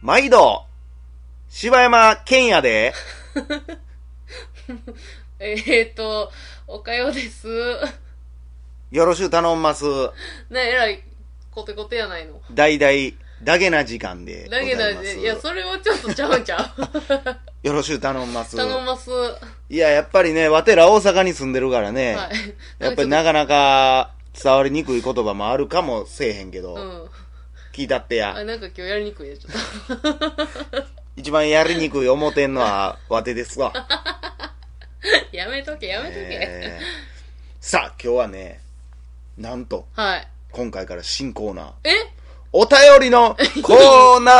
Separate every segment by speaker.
Speaker 1: 毎度、柴山健也で、
Speaker 2: えー、っと、おかようです。
Speaker 1: よろしゅう頼んます。
Speaker 2: ねえらい、コテコテやないの。
Speaker 1: 大々、だげな時間でござ
Speaker 2: だけ
Speaker 1: い
Speaker 2: だ
Speaker 1: ま
Speaker 2: ね
Speaker 1: す。
Speaker 2: いや、それはちょっとちゃうんち ゃう
Speaker 1: よろしゅう頼んます。
Speaker 2: 頼ます。はい
Speaker 1: や、やっぱりね、わてら大阪に住んでるから
Speaker 2: い
Speaker 1: ね、。やっぱり
Speaker 2: なんか
Speaker 1: なかなか伝わりにくい言葉もあるかもせえへんけど、
Speaker 2: ちょっとうん。
Speaker 1: 聞いたってや
Speaker 2: あ、。なんか今日やりにくいね、ちょっ
Speaker 1: 一番やりにくい思てんの はわてですわ。
Speaker 2: と。 やめとけ、やめとけ。
Speaker 1: えーさあ、今日はね、なんと、
Speaker 2: はい。
Speaker 1: 今回から新コーナー、
Speaker 2: え
Speaker 1: お便り のコーナ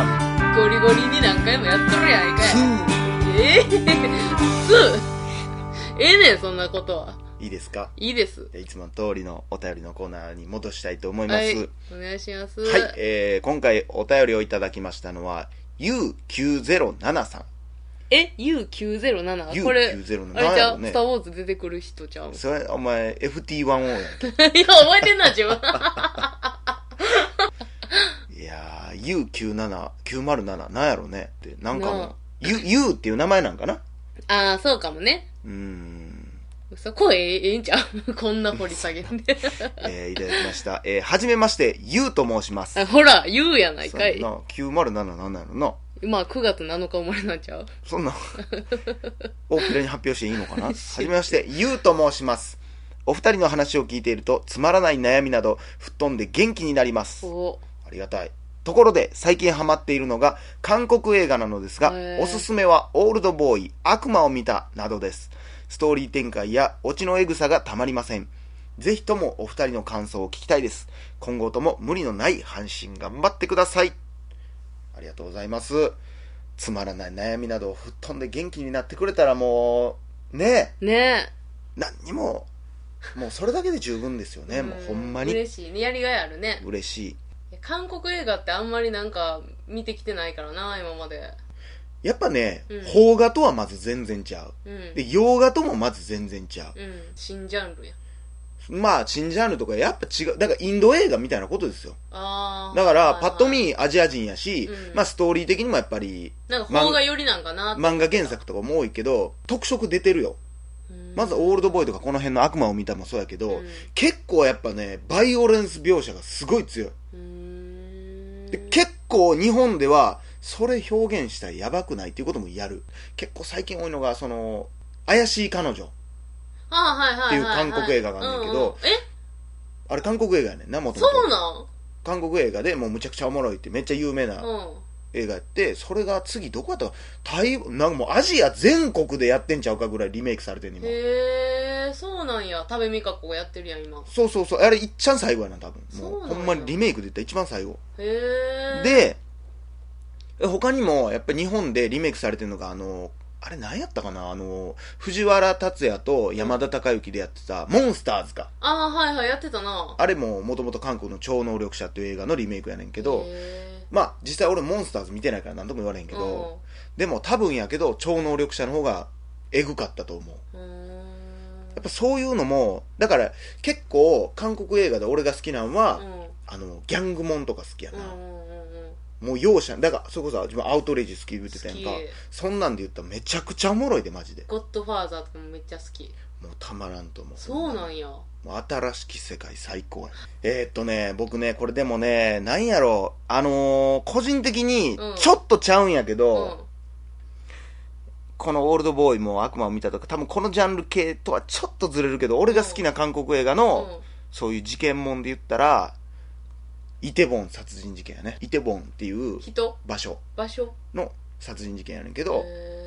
Speaker 1: ー
Speaker 2: ゴリゴリに何回もやっとるやんかい。えー、すええねん、そんなことは。
Speaker 1: いいですか
Speaker 2: いいです。
Speaker 1: いつもの通りのお便りのコーナーに戻したいと思いま
Speaker 2: はい
Speaker 1: す。。
Speaker 2: お願いします。
Speaker 1: はい、えー、今回お便りをいただきましたのは、U907 さん。
Speaker 2: え ?U907? これ、
Speaker 1: U907
Speaker 2: あれち
Speaker 1: や
Speaker 2: ゃ
Speaker 1: ろ
Speaker 2: う、
Speaker 1: ね
Speaker 2: スター・ウォーズ出てくる人ちゃう
Speaker 1: それ、お前、FT1O やんけ。
Speaker 2: いや、覚えてんな、自分。
Speaker 1: いやー、U97、907、なんやろねって、なんか
Speaker 2: な
Speaker 1: も
Speaker 2: あ
Speaker 1: う、U、U っていう名前なんかな
Speaker 2: ああ、そうかもね。
Speaker 1: うーん。
Speaker 2: そこええ、ええんちゃう こんな掘り下げん で。
Speaker 1: えー、いただきました。えー、はじめまして、U と申します。
Speaker 2: あほら、言うやない
Speaker 1: そ
Speaker 2: か
Speaker 1: ん
Speaker 2: い
Speaker 1: な。、907なんなんやろな
Speaker 2: まあ、9月7日生まれなんちゃう
Speaker 1: そんな、大っぴらに発表していいのかなはじめまして、ゆうと申します。お二人の話を聞いていると、つまらない悩みなど、吹っ飛んで元気になります。
Speaker 2: お
Speaker 1: ありがたい。ところで、最近ハマっているのが、韓国映画なのですが
Speaker 2: へ、ー
Speaker 1: おすすめは、オールドボーイ、悪魔を見た、などです。ストーリー展開や、オチのエグさがたまりません。ぜひともお二人の感想を聞きたいです。今後とも無理のない阪神頑張ってください。ありがとうございます。つまらない悩みなどを吹っ飛んで元気になってくれたらもう、ねえ、
Speaker 2: ね
Speaker 1: 何にも、もうそれだけで十分ですよね。
Speaker 2: え。
Speaker 1: もうほんまに
Speaker 2: 嬉しいね。やりがいあるね。
Speaker 1: 嬉しい。
Speaker 2: 韓国映画ってあんまりなんか見てきてないからな、今まで。
Speaker 1: やっぱね
Speaker 2: うん、
Speaker 1: 邦、画とはまず全然ちゃう。
Speaker 2: うん。
Speaker 1: で、洋画ともまず全然ちゃう。
Speaker 2: うん。新ジャンルや。
Speaker 1: まあ、チンジャンルとかやっぱ違う。だからインド映画みたいなことですよ。
Speaker 2: ああ。
Speaker 1: だから、
Speaker 2: はい
Speaker 1: パ
Speaker 2: はい
Speaker 1: ッと。見アジア人やし、
Speaker 2: うん
Speaker 1: まあストーリー的にもやっぱり、
Speaker 2: なんか、方がよりなんかな。
Speaker 1: 漫画原作とかも多いけど、特色出てるよ。
Speaker 2: うん
Speaker 1: まず、オールドボーイとかこの辺の悪魔を見たもそうやけど、
Speaker 2: うん
Speaker 1: 結構やっぱね、バイオレンス描写がすごい強い。
Speaker 2: うーん。
Speaker 1: で結構日本では、それ表現したらやばくないっていうこともやる。結構最近多いのが、その、怪しい彼女。
Speaker 2: あーはいはいはいは
Speaker 1: っ
Speaker 2: い
Speaker 1: ていう韓国映画があんねんけど
Speaker 2: ううえ
Speaker 1: あれ韓国映画やねんな、もともと。
Speaker 2: そうなん
Speaker 1: 韓国映画でもうむちゃくちゃおもろいってめっちゃ有名な
Speaker 2: うん。
Speaker 1: 映画やって、それが次どこやったか台湾、なんかもうアジア全国でやってんちゃうかぐらいリメイクされてんねん今。
Speaker 2: へえ、そうなんや。多部未華子がやってるやん、今。
Speaker 1: そうそうそう、あれいっちゃん最後やな、多分。もう
Speaker 2: そうなんや
Speaker 1: ほんまにリメイクで言ったら一番最後。
Speaker 2: へえ。、
Speaker 1: で、え他にもやっぱ日本でリメイクされてるのが、あの、あれ何やったかなあの、藤原竜也と山田孝之でやってた、モンスターズか。
Speaker 2: ああ、はいはい、やってたな。
Speaker 1: あれももともと韓国の超能力者っていう映画のリメイクやねんけど、
Speaker 2: へ
Speaker 1: まあ実際俺モンスターズ見てないから何とも言われへん
Speaker 2: ー
Speaker 1: けど、でも多分やけど超能力者の方がエグかったと思う
Speaker 2: うん。う
Speaker 1: やっぱそういうのもだから結構韓国映画で俺が好きなんは、
Speaker 2: ーんうん
Speaker 1: あのギャングモンとか好きや
Speaker 2: う
Speaker 1: な、
Speaker 2: んうんうんうん。
Speaker 1: もう容赦だからそれこそ自分アウトレイジ好き言ってたやんか
Speaker 2: 好き
Speaker 1: そんなんで言ったらめちゃくちゃおもろいでマジで
Speaker 2: ゴッドファーザーとかもめっちゃ好き。
Speaker 1: もうたまらんと思う
Speaker 2: そうなんや。
Speaker 1: もう新しき世界最高やえー、っとね僕ねこれでもねなんやろうあのー個人的に
Speaker 2: うん
Speaker 1: ちょっとちゃうんやけ
Speaker 2: う
Speaker 1: ど、
Speaker 2: ん。
Speaker 1: この「オールドボーイ」も「悪魔を見た」とか多分このジャンル系とはちょっとずれるけど俺が好きな韓国映画の、そういう事件もんで言ったらイテボン殺人事件やねイテボンっていう
Speaker 2: うん人
Speaker 1: 場所
Speaker 2: 場所
Speaker 1: の殺人事件やねんけど
Speaker 2: へ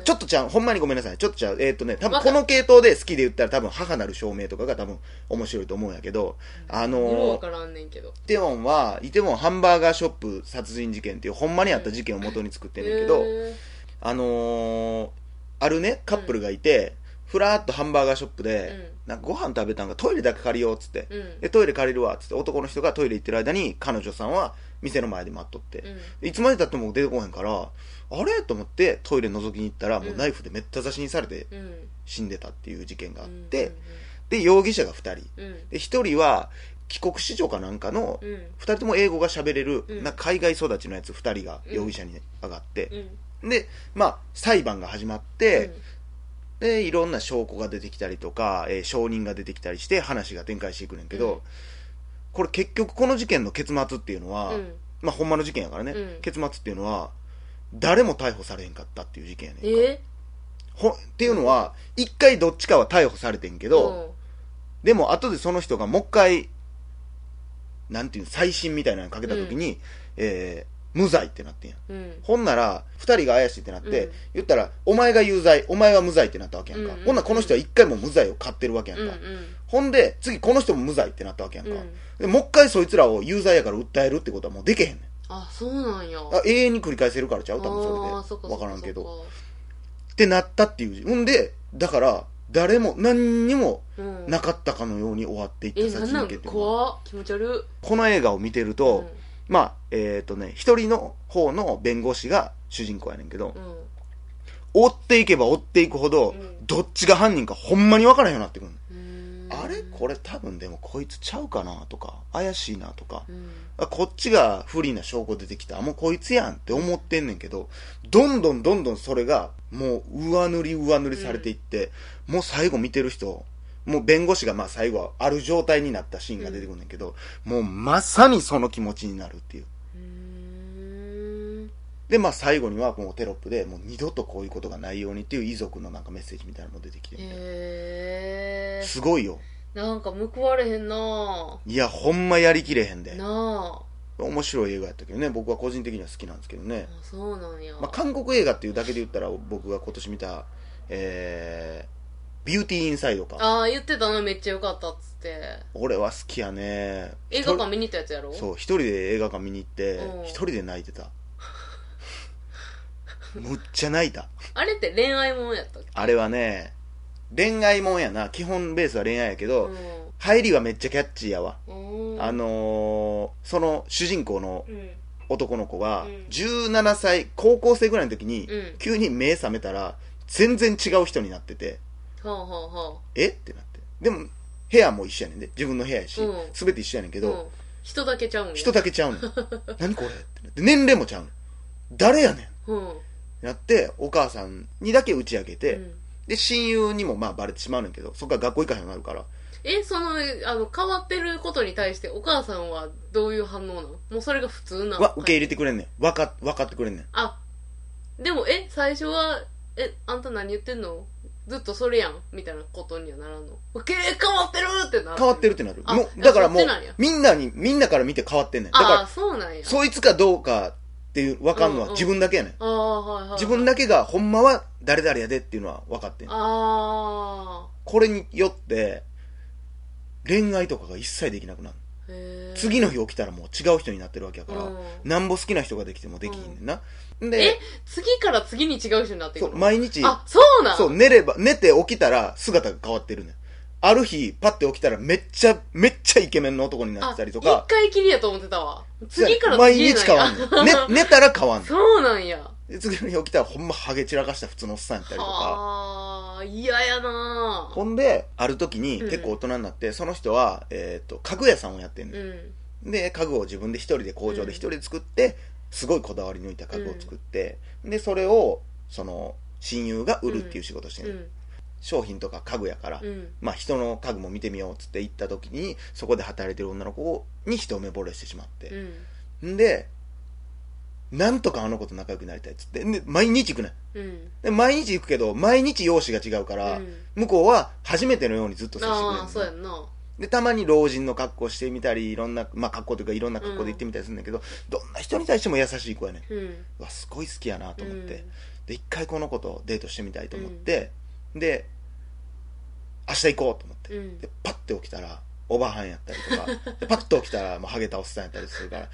Speaker 2: ー
Speaker 1: ちょっとちゃうほんまにごめんなさいちょっとちゃうえーっとね多分
Speaker 2: わか
Speaker 1: こ
Speaker 2: る
Speaker 1: の系統で好きで言ったら多分母なる証明とかが多分面白いと思うんやけどあ
Speaker 2: よう
Speaker 1: の
Speaker 2: わ
Speaker 1: ー、
Speaker 2: からんねんけど。
Speaker 1: イテボンはイテボンハンバーガーショップ殺人事件っていうほんまにあった事件を元に作ってんねんけど、
Speaker 2: へ
Speaker 1: あのー、あるね、カップルがいて、ふらーっとハンバーガーショップ
Speaker 2: ー
Speaker 1: で、なんかご飯食べたんか、トイレだけ借りようっつって、
Speaker 2: うん。うん。
Speaker 1: で、トイレ借りるわっつって、男の人がトイレ行ってる間に、彼女さんは店の前で待っとって、
Speaker 2: うん。
Speaker 1: いつまでたっても出てこへんから、あれと思って、トイレ覗きに行ったら、もううんナイフでめった刺しにされて
Speaker 2: うん。
Speaker 1: 死んでたっていう事件があっ
Speaker 2: うん
Speaker 1: て、で、容疑者が2人。
Speaker 2: うん。
Speaker 1: で、1人は、帰国子女かなんかの
Speaker 2: うん
Speaker 1: 2人とも英語が喋れる、
Speaker 2: うん
Speaker 1: なんか海外育ちのやつ2人が容疑者に上がって、
Speaker 2: うん
Speaker 1: でまあ裁判が始まっ
Speaker 2: う
Speaker 1: て、
Speaker 2: ん
Speaker 1: でいろんな証拠が出てきたりとか、えー証人が出てきたりして話が展開していくねんけど、
Speaker 2: うん
Speaker 1: これ結局この事件の結末っていうのは、
Speaker 2: うん
Speaker 1: まあほんまの事件やからね、
Speaker 2: うん
Speaker 1: 結末っていうのは誰も逮捕されへんかったっていう事件やねんか
Speaker 2: え
Speaker 1: ほっていうのは一回どっちかは逮捕されてんけど、でも後でその人がもう一回なんていうの再審みたいなのかけた時に、えー無罪ってなってんやん
Speaker 2: うんうん
Speaker 1: ほんなら二人が怪しいってなって、
Speaker 2: うん
Speaker 1: 言ったらお前が有罪お前は無罪ってなったわけやんか、
Speaker 2: うんうん
Speaker 1: ほんならこの人は一回も無罪を買ってるわけやん
Speaker 2: う
Speaker 1: か、
Speaker 2: んうん
Speaker 1: ほんで次この人も無罪ってなったわけやんか、
Speaker 2: うん
Speaker 1: でもう一回そいつらを有罪やから訴えるってことはもうできへんねん
Speaker 2: あそうなんや
Speaker 1: あ永遠に繰り返せるからちゃ
Speaker 2: あ
Speaker 1: う多分
Speaker 2: ー
Speaker 1: そ
Speaker 2: そ
Speaker 1: れ
Speaker 2: っ
Speaker 1: で
Speaker 2: か
Speaker 1: 分
Speaker 2: そっ
Speaker 1: からんけど
Speaker 2: そっか
Speaker 1: ってなったっていうほんでだから誰も何にも
Speaker 2: うん
Speaker 1: なかったかのように終わっていった
Speaker 2: え
Speaker 1: 殺
Speaker 2: なん
Speaker 1: 人
Speaker 2: な
Speaker 1: 事
Speaker 2: ん
Speaker 1: 件っていうのは
Speaker 2: 怖っ気持ち悪
Speaker 1: この映画を見てる
Speaker 2: う
Speaker 1: と、まあえっ、とね一人の方の弁護士が主人公やねんけど、
Speaker 2: んうん
Speaker 1: 追っていけば追っていくほど、
Speaker 2: うん
Speaker 1: どっちが犯人かほんまに分からへんようになってくる、
Speaker 2: うーん
Speaker 1: あれこれ多分でもこいつちゃうかなとか怪しいなとか、
Speaker 2: うん
Speaker 1: あこっちが不利な証拠出てきたあもうこいつやんって思ってんねんけどどんどんどんどんそれがもう上塗り上塗りされていって、もう最後見てる人もう弁護士がまあ最後はある状態になったシーンが出てくるんだけど、もうまさにその気持ちになるっていう
Speaker 2: うーん
Speaker 1: でまあ最後にはもうテロップでもう二度とこういうことがないようにっていう遺族のなんかメッセージみたいなのも出てきてみたいな
Speaker 2: へえ
Speaker 1: すごいよ
Speaker 2: なんか報われへんない
Speaker 1: やほんまやりきれへん
Speaker 2: あ
Speaker 1: で
Speaker 2: な
Speaker 1: 面白い映画やったけどね僕は個人的には好きなんですけどね
Speaker 2: ああそうなんや
Speaker 1: まあ、韓国映画っていうだけで言ったら僕が今年見た、えー、ビューティーインサイドか
Speaker 2: ああ言ってたのめっちゃ良かったっつって
Speaker 1: 俺は好きやね
Speaker 2: 映画館
Speaker 1: 見
Speaker 2: 見に行ったやつやろ
Speaker 1: そう一人で映画館見に行って
Speaker 2: うん
Speaker 1: 一人で泣いてたむっちゃ泣いた
Speaker 2: あれって恋愛もんやったっけ
Speaker 1: あれはね恋愛もんやな基本ベースは恋愛やけど、
Speaker 2: うん
Speaker 1: 入りはめっちゃキャッチーやわ、
Speaker 2: うん
Speaker 1: あのーその主人公の
Speaker 2: うん
Speaker 1: 男の子が
Speaker 2: うん
Speaker 1: 17歳高校生ぐらいの時に、
Speaker 2: うん
Speaker 1: 急に目覚めたら全然違う人になってて、
Speaker 2: はあはあは
Speaker 1: えってなってでも部屋も一緒やねんで自分の部屋やし、
Speaker 2: うん
Speaker 1: 全て一緒やねんけ
Speaker 2: あ
Speaker 1: ど、
Speaker 2: うん人だけちゃうんや
Speaker 1: 人だけちゃ うねん何これってなって年齢もちゃうねん誰やねんっ
Speaker 2: うん
Speaker 1: てなってお母さんにだけ打ち明けて、
Speaker 2: うん
Speaker 1: で親友にもまあバレてしまうねんけどそっから学校行かへんようになるから
Speaker 2: えそのあの変わってることに対してお母さんはどういう反応なのもうそれが普通なの
Speaker 1: わ受け入れてくれんねんわか分かってくれんねん
Speaker 2: あでもえ最初はえあんた何言ってんのずっとそれやんみたいなことにはならんの受け変わってるってなる
Speaker 1: 変わってるってなる
Speaker 2: あ
Speaker 1: もうだからもう
Speaker 2: いやそっちなんや
Speaker 1: みんなにみんなから見て変わってんねんだ
Speaker 2: ああ
Speaker 1: か
Speaker 2: そうなんや
Speaker 1: らそいつかどうかっていう分かんの
Speaker 2: うん
Speaker 1: は
Speaker 2: うん
Speaker 1: 自分だけやねん、
Speaker 2: ああはいはい
Speaker 1: 自分だけがほんまは誰々やでっていうのは分かってんねん
Speaker 2: あ
Speaker 1: これによって恋愛とかが一切できなくなる、
Speaker 2: あへえ
Speaker 1: 次の日起きたらもう違う人になってるわけやから、
Speaker 2: うん
Speaker 1: なんぼ好きな人ができてもできひんねんな、
Speaker 2: え
Speaker 1: で
Speaker 2: 次から次に違う人になってい
Speaker 1: そ
Speaker 2: く
Speaker 1: う
Speaker 2: の
Speaker 1: 毎日
Speaker 2: あそうなん
Speaker 1: そう寝れば寝て起きたら姿が変わってるねんある日パッて起きたらめっちゃめっちゃイケメンの男になってたりと
Speaker 2: あ
Speaker 1: か
Speaker 2: 一回きりやと思ってたわ次から
Speaker 1: 毎
Speaker 2: 次へ
Speaker 1: 日変わんねん、
Speaker 2: なんや
Speaker 1: ね、寝たら変わんねん
Speaker 2: そうなんや
Speaker 1: で次の日起きたらほんまハゲ散らかした普通のおっさんやったりとか
Speaker 2: はあ嫌やな
Speaker 1: ほんである時に結構大人になって、その人は、えー、と家具屋さんをやってんねん
Speaker 2: うん
Speaker 1: で家具を自分で一人で工場で一人で作って、すごいこだわり抜いた家具を作って、でそれをその親友が売るっていう仕事して
Speaker 2: う
Speaker 1: る、
Speaker 2: ん
Speaker 1: 商品とか家具やから、
Speaker 2: うん
Speaker 1: まあ人の家具も見てみようっつって行った時にそこで働いてる女の子に一目惚れしてしまって
Speaker 2: う、ん
Speaker 1: ん、でなんとかあの子と仲良くなりたいっつってで毎日行くねん
Speaker 2: うん
Speaker 1: で毎日行くけど毎日容姿が違うから、
Speaker 2: うん
Speaker 1: 向こうは初めてのようにずっと接してくれる
Speaker 2: ああそうやんな
Speaker 1: でたまに老人の格好してみたりいろんな、まあ、格好というかいろんな格好で行ってみたりするんだけど、どんな人に対しても優しい子やねん
Speaker 2: うん
Speaker 1: うわすごい好きやなと思って、
Speaker 2: うん
Speaker 1: で一回この子とデートしてみたいと思って、で明日行こうと思って、
Speaker 2: うん
Speaker 1: でパッて起きたらおばはんやったりとかでパッと起きたらもうハゲたおっさんやったりするから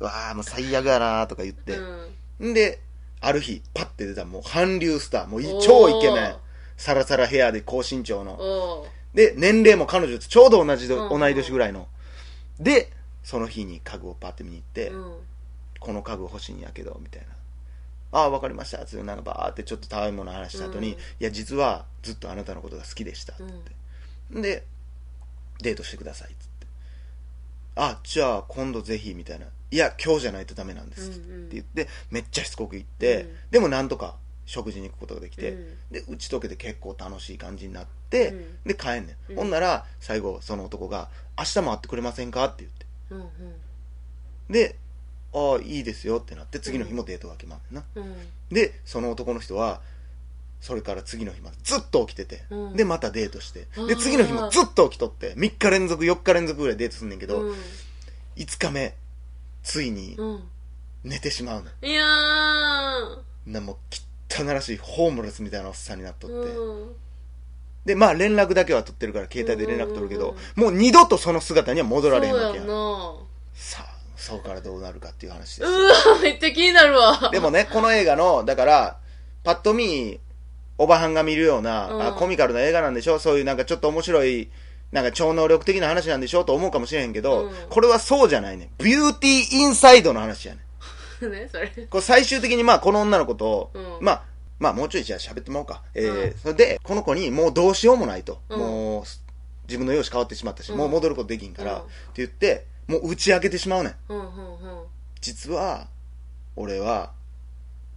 Speaker 1: うわーもう最悪やなとか言って、
Speaker 2: うん
Speaker 1: ん、である日パッて出たもう韓流スターもうい超イケメンサラサラヘアで高身長の
Speaker 2: おーお
Speaker 1: で、年齢も彼女とちょうど同じど、
Speaker 2: うんうん
Speaker 1: 同い年ぐらいの。で、その日に家具をパッて見に行って、
Speaker 2: ーうん
Speaker 1: この家具欲しいんやけど、みたいな。ああ、わかりました。つって、なんかバーってちょっとたわいもの話した後に、
Speaker 2: う
Speaker 1: い
Speaker 2: ん
Speaker 1: や、実はずっとあなたのことが好きでした。
Speaker 2: うん
Speaker 1: で、デートしてください。つって。あじゃあ今度ぜひみたいないや今日じゃないとダメなんで
Speaker 2: う
Speaker 1: す、
Speaker 2: んう
Speaker 1: って
Speaker 2: ん
Speaker 1: 言ってめっちゃしつこく行って、
Speaker 2: うん
Speaker 1: でもなんとか食事に行くことができて、
Speaker 2: うん
Speaker 1: で打ち解けて結構楽しい感じになって、
Speaker 2: うん
Speaker 1: で帰んねん、
Speaker 2: うん
Speaker 1: ほんなら最後その男が「明日も会ってくれませんか?」って言って
Speaker 2: うんうん
Speaker 1: で「ああいいですよ」ってなって次の日もデートが決まんねんな、
Speaker 2: うん
Speaker 1: でその男の人はそれから次の日までずっと起きてて、
Speaker 2: うん
Speaker 1: でまたデートして
Speaker 2: あ
Speaker 1: で
Speaker 2: ー
Speaker 1: 次の日もずっと起きとって3日連続4日連続ぐらいデートすんねんけど、
Speaker 2: うん
Speaker 1: 5日目ついに
Speaker 2: うん
Speaker 1: 寝てしまうの、
Speaker 2: いやー
Speaker 1: なもう汚らしいホームレスみたいなおっさんになっとって、
Speaker 2: うん
Speaker 1: でまあ連絡だけは取ってるから携帯で連絡取るけど、
Speaker 2: うんう
Speaker 1: も
Speaker 2: ん
Speaker 1: う二度とその姿には戻られへん
Speaker 2: そう
Speaker 1: わけ
Speaker 2: や
Speaker 1: やん
Speaker 2: んな
Speaker 1: さあそこからどうなるかっていう話で
Speaker 2: う
Speaker 1: す、
Speaker 2: わめっちゃ気になるわ
Speaker 1: でもねこの映画のだからパッと見おばはんが見るような、
Speaker 2: うん
Speaker 1: あコミカルな映画なんでしょそういうなんかちょっと面白いなんか超能力的な話なんでしょと思うかもしれへんけど、
Speaker 2: うん
Speaker 1: これはそうじゃないねビューティーインサイドの話やね
Speaker 2: ねそれ
Speaker 1: こう最終的にまあこの女の子と、
Speaker 2: うん
Speaker 1: まあまあもうちょいじゃあ喋ってもらおうか、えー
Speaker 2: うん
Speaker 1: それでこの子にもうどうしようもないと、
Speaker 2: うん
Speaker 1: もうす自分の容姿変わってしまったし、
Speaker 2: うん
Speaker 1: もう戻ることできんから、
Speaker 2: うん
Speaker 1: って言ってもう打ち明けてしまうねん
Speaker 2: うんうんうん
Speaker 1: 実は俺は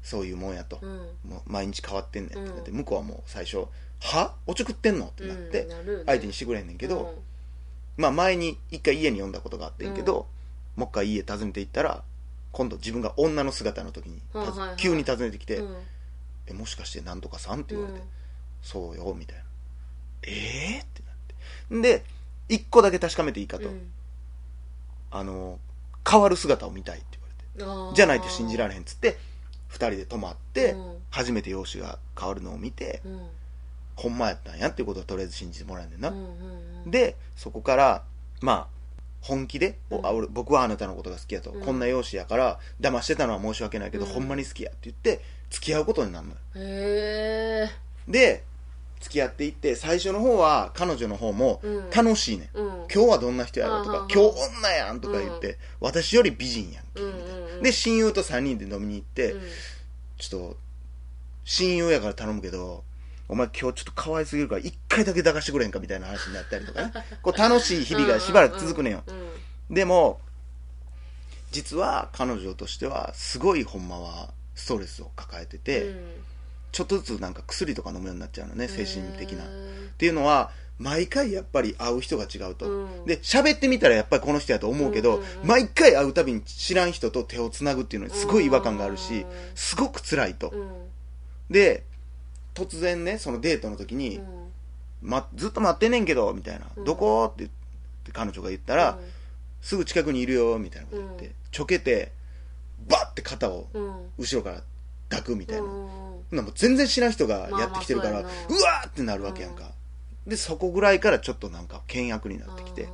Speaker 1: そういうもんやと、
Speaker 2: うん
Speaker 1: もう毎日変わってんねんってなって、
Speaker 2: う
Speaker 1: 向こうはもう最初「はおちょくってんの?」ってなって、
Speaker 2: うんなるよね
Speaker 1: 相手にしてくれへんねんけど、まあ前に一回家に呼んだことがあってんけど、もう一回家訪ねていったら今度自分が女の姿の時に、たず
Speaker 2: はいはいはい
Speaker 1: 急に訪ねてきて、
Speaker 2: うん
Speaker 1: え「もしかしてなんとかさん?」って言われて「そうよ」みたいな「えー?」ってなってで一個だけ確かめていいかと、
Speaker 2: うん
Speaker 1: あの変わる姿を見たいって言われて
Speaker 2: あー
Speaker 1: じゃないと信じられへんっつって二人で泊まって、
Speaker 2: うん
Speaker 1: 初めて容姿が変わるのを見て、
Speaker 2: うん
Speaker 1: ほんまやったんやっていうことはとりあえず信じてもらえんねんな、
Speaker 2: うんうんうん
Speaker 1: でそこからまあ本気で、お
Speaker 2: うん
Speaker 1: あ俺僕はあなたのことが好きやと、
Speaker 2: うん
Speaker 1: こんな容姿やから騙してたのは申し訳ないけど、
Speaker 2: うん
Speaker 1: ほんまに好きやって言って付き合うことになるのよ
Speaker 2: へえ
Speaker 1: で付き合っていって最初の方は彼女の方も
Speaker 2: うん
Speaker 1: 楽しいねん、
Speaker 2: うん
Speaker 1: 今日はどんな人やろうと
Speaker 2: はあ
Speaker 1: か
Speaker 2: はあ
Speaker 1: 今日女やんとか言って、私より美人やんけ、
Speaker 2: うんうんうん
Speaker 1: で親友と3人で飲みに行って、
Speaker 2: うん
Speaker 1: ちょっと親友やから頼むけどお前今日ちょっと可愛すぎるから1回だけ抱かしてくれへんかみたいな話になったりとか ねこう楽しい日々がしばらく続くねんよ、
Speaker 2: うんうん
Speaker 1: でも実は彼女としてはすごいほんまはストレスを抱えてて、
Speaker 2: うん
Speaker 1: ちょっとずつなんか薬とか飲むようになっちゃうのね精神的な、
Speaker 2: へー
Speaker 1: っていうのは毎回やっぱり会う人が違うと、
Speaker 2: うん
Speaker 1: で喋ってみたらやっぱりこの人やと思うけど、
Speaker 2: うんうんうん
Speaker 1: 毎回会うたびに知らん人と手をつなぐっていうのにすごい違和感があるし、
Speaker 2: うん
Speaker 1: すごく辛いと、
Speaker 2: うん
Speaker 1: で突然ねそのデートの時に、
Speaker 2: うん
Speaker 1: ま、ずっと待ってんねんけどみたいな、
Speaker 2: うん
Speaker 1: どこって言って彼女が言ったら、すぐ近くにいるよみたいなこと言って、
Speaker 2: うん
Speaker 1: ちょけてバッて肩を
Speaker 2: うんうん
Speaker 1: 後ろから抱くみたいな、
Speaker 2: うんうん
Speaker 1: なんかもう全然知らん人がやってきてるから、
Speaker 2: まあ
Speaker 1: う
Speaker 2: まあ
Speaker 1: わ
Speaker 2: そうや
Speaker 1: ーってなるわけやんか、でそこぐらいからちょっとなんか険悪になってきて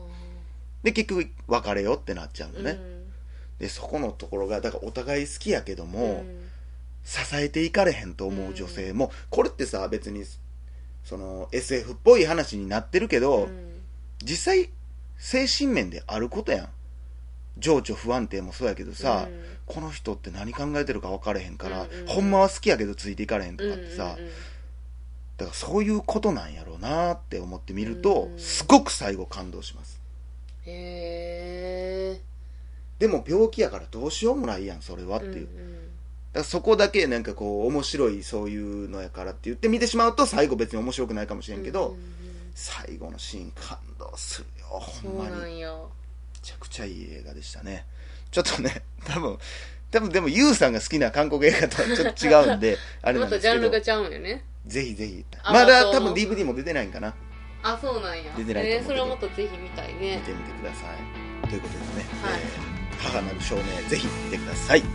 Speaker 1: で結局別れようってなっちゃうのね、でそこのところがだからお互い好きやけど
Speaker 2: うん
Speaker 1: も、支えていかれへんと思う女性も、これってさ別にその SF っぽい話になってるけ
Speaker 2: う
Speaker 1: ど、
Speaker 2: んうん
Speaker 1: 実際精神面であることやん情緒不安定もそうやけどさ、
Speaker 2: うん
Speaker 1: この人って何考えてるか分かれへんから、
Speaker 2: うんうんうん
Speaker 1: ほんまは好きやけどついていかれへんとかってさ、
Speaker 2: うんうんうん
Speaker 1: だからそういうことなんやろうなって思ってみると、
Speaker 2: うん
Speaker 1: すごく最後感動します
Speaker 2: へえ
Speaker 1: でも病気やからどうしようもないやんそれはっていう、だ
Speaker 2: ん
Speaker 1: からそこだけなんかこう面白いそういうのやからって言って見てしまうと最後別に面白くないかもしれんけど、
Speaker 2: うんうん
Speaker 1: 最後のシーン感動するよほん
Speaker 2: うん
Speaker 1: ま
Speaker 2: そうな
Speaker 1: にめ
Speaker 2: んや
Speaker 1: ちゃくちゃいい映画でしたねちょっとね 多分多分でもユウさんが好きな韓国映画とはちょっと違うん であれな
Speaker 2: ま
Speaker 1: んです
Speaker 2: たジャ
Speaker 1: け
Speaker 2: ンル
Speaker 1: ど
Speaker 2: がちゃうんよね
Speaker 1: ぜひぜひ
Speaker 2: あ
Speaker 1: まだ
Speaker 2: また
Speaker 1: 多分 DVD も出てないんかな
Speaker 2: あそうなんや
Speaker 1: 出てないと思う
Speaker 2: えーそれはまたぜひ見たい
Speaker 1: 見
Speaker 2: ね
Speaker 1: てみてくださいということでね、
Speaker 2: はい
Speaker 1: えー母なる少年ぜひ見てください、え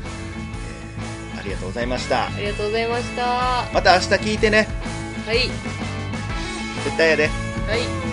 Speaker 1: ーありがとうございました
Speaker 2: ありがとうございましたは
Speaker 1: また明日聞いてね
Speaker 2: い
Speaker 1: 絶対やで
Speaker 2: はい